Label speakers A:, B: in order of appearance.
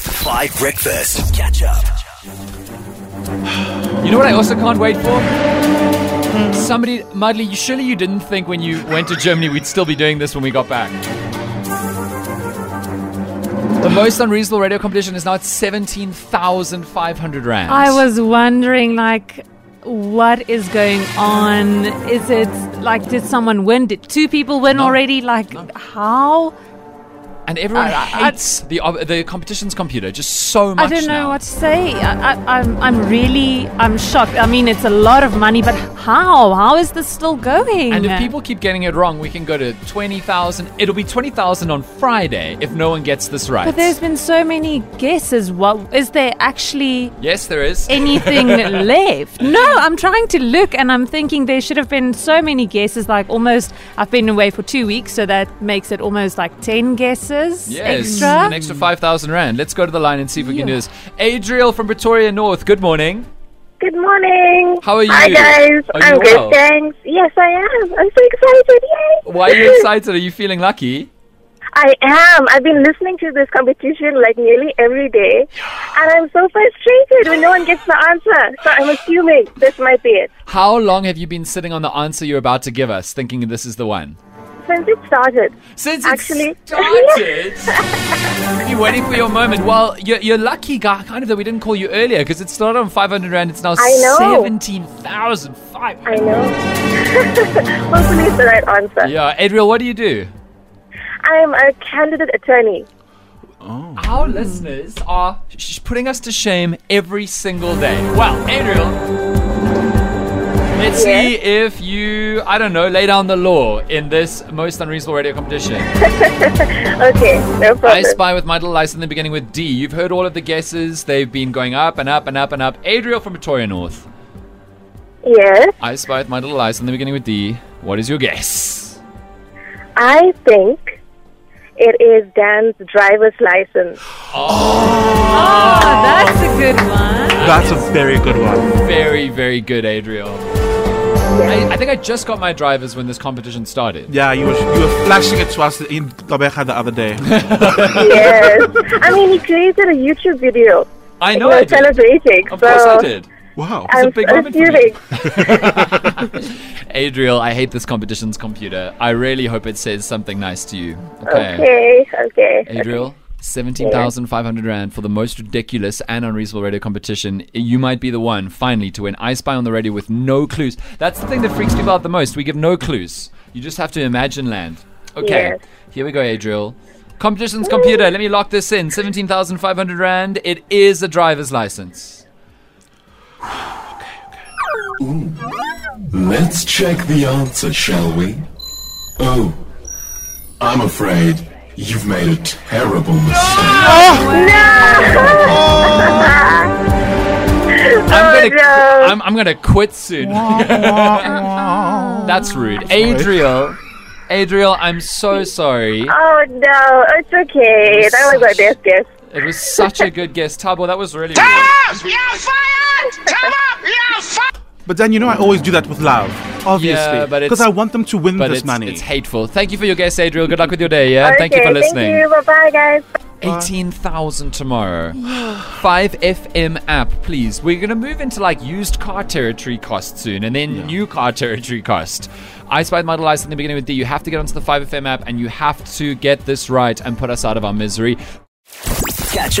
A: Five Breakfast. Catch up.
B: You know what I also can't wait for?
C: Hmm.
B: Somebody, Mudley, you, surely you didn't think when you went to Germany we'd still be doing this when we got back. The most unreasonable radio competition is now at 17,500 rands.
C: I was wondering, like, what is going on? Is it like, did someone win? Did two people win
B: No.
C: already? Like, how?
B: And everyone
C: I- I- I-
B: hates the, uh, the competition's computer just so much
C: I don't know
B: now.
C: what to say. I, I, I'm, I'm really, I'm shocked. I mean, it's a lot of money, but how? How is this still going?
B: And if people keep getting it wrong, we can go to 20,000. It'll be 20,000 on Friday if no one gets this right.
C: but there's been so many guesses. What is there actually?
B: yes, there is.
C: anything left. No, I'm trying to look and I'm thinking there should have been so many guesses. Like almost, I've been away for two weeks, so that makes it almost like 10 guesses
B: Yes, an
C: extra.
B: extra 5,000 Rand. Let's go to the line and see if we can do
C: Yeah.
B: this. Adriel from Pretoria North, good morning.
D: Good morning.
B: How are
D: Hi
B: you?
D: guys.
B: Are
D: I'm
B: you
D: good,
B: well?
D: thanks. Yes, I am. I'm so excited. Yay!
B: Why are you excited? Are you feeling lucky?
D: I am. I've been listening to this competition like nearly every day, and I'm so frustrated when no one gets the answer. So I'm assuming this might be it.
B: How long have you been sitting on the answer you're about to give us, thinking this is the one?
D: Since it started,
B: Since
D: Actually-
B: it started, you're waiting for your moment. Well, you're, you're lucky, guy, kind of, that we didn't call you earlier because it started on 500 Rand. It's now
D: I know.
B: 17,500.
D: I know. Hopefully, it's the right answer.
B: Yeah, Adriel, what do you do?
D: I'm a candidate attorney.
B: Our listeners are sh- putting us to shame every single day. Well, Adriel, let's see if you, I don't know, lay down the law in this most unreasonable radio competition.
D: Okay, no
B: I
D: problem.
B: spy with my little lice in the beginning with D. You've heard all of the guesses, they've been going up and up and up and up. Adriel from Pretoria North.
D: yes,
B: I spy with my little lice in the beginning with D. What is your guess?
D: I think it is Dan's driver's license.
C: Oh, that's a good one.
E: That's a very good one.
B: Very, very good, Adriel. I, I think I just got my drivers when this competition started.
E: Yeah, you were you were flashing it to us in Gobekha the other day.
D: yes. I mean, he created a YouTube video.
B: I
D: He
B: know I
D: was
B: did.
D: celebrating.
B: Of
D: so
B: course I did.
E: Wow.
D: I'm
B: big moment for me.
D: assuming.
B: Adriel, I hate this competition's computer. I really hope it says something nice to you. Okay.
D: Okay, okay.
B: Adriel, 17,500 Rand for the most ridiculous and unreasonable radio competition. You might be the one, finally, to win I Spy on the Radio with no clues. That's the thing that freaks people out the most. We give no clues. You just have to imagine land. Okay.
D: Yes.
B: Here we go, Adriel. Competition's computer, let me lock this in. 17,500 Rand. It is a driver's license.
F: Let's check the answer, shall we? Oh, I'm afraid you've made a terrible mistake.
B: I'm gonna,
D: Oh, no.
B: I'm, I'm gonna quit soon. That's rude. Adriel, Adriel, I'm so sorry.
D: Oh no, it's okay. That was my best guess.
B: It was such a good guess, Tabo. That was really. Rude.
E: But then you know I always do that with love, obviously,
B: Yeah, but it's-
E: because I want them to win
B: But
E: this
B: it's,
E: money.
B: it's hateful. Thank you for your guess, Adriel. Good luck with your day. Yeah, thank you
D: okay,
B: for listening.
D: Thank you. Bye bye, guys.
B: Eighteen thousand tomorrow. Five FM app, please. We're gonna move into like used car territory cost soon, and then new car territory cost. I spied model eyes in the beginning with D. You have to get onto the Five FM app, and you have to get this right and put us out of our misery.
A: Catch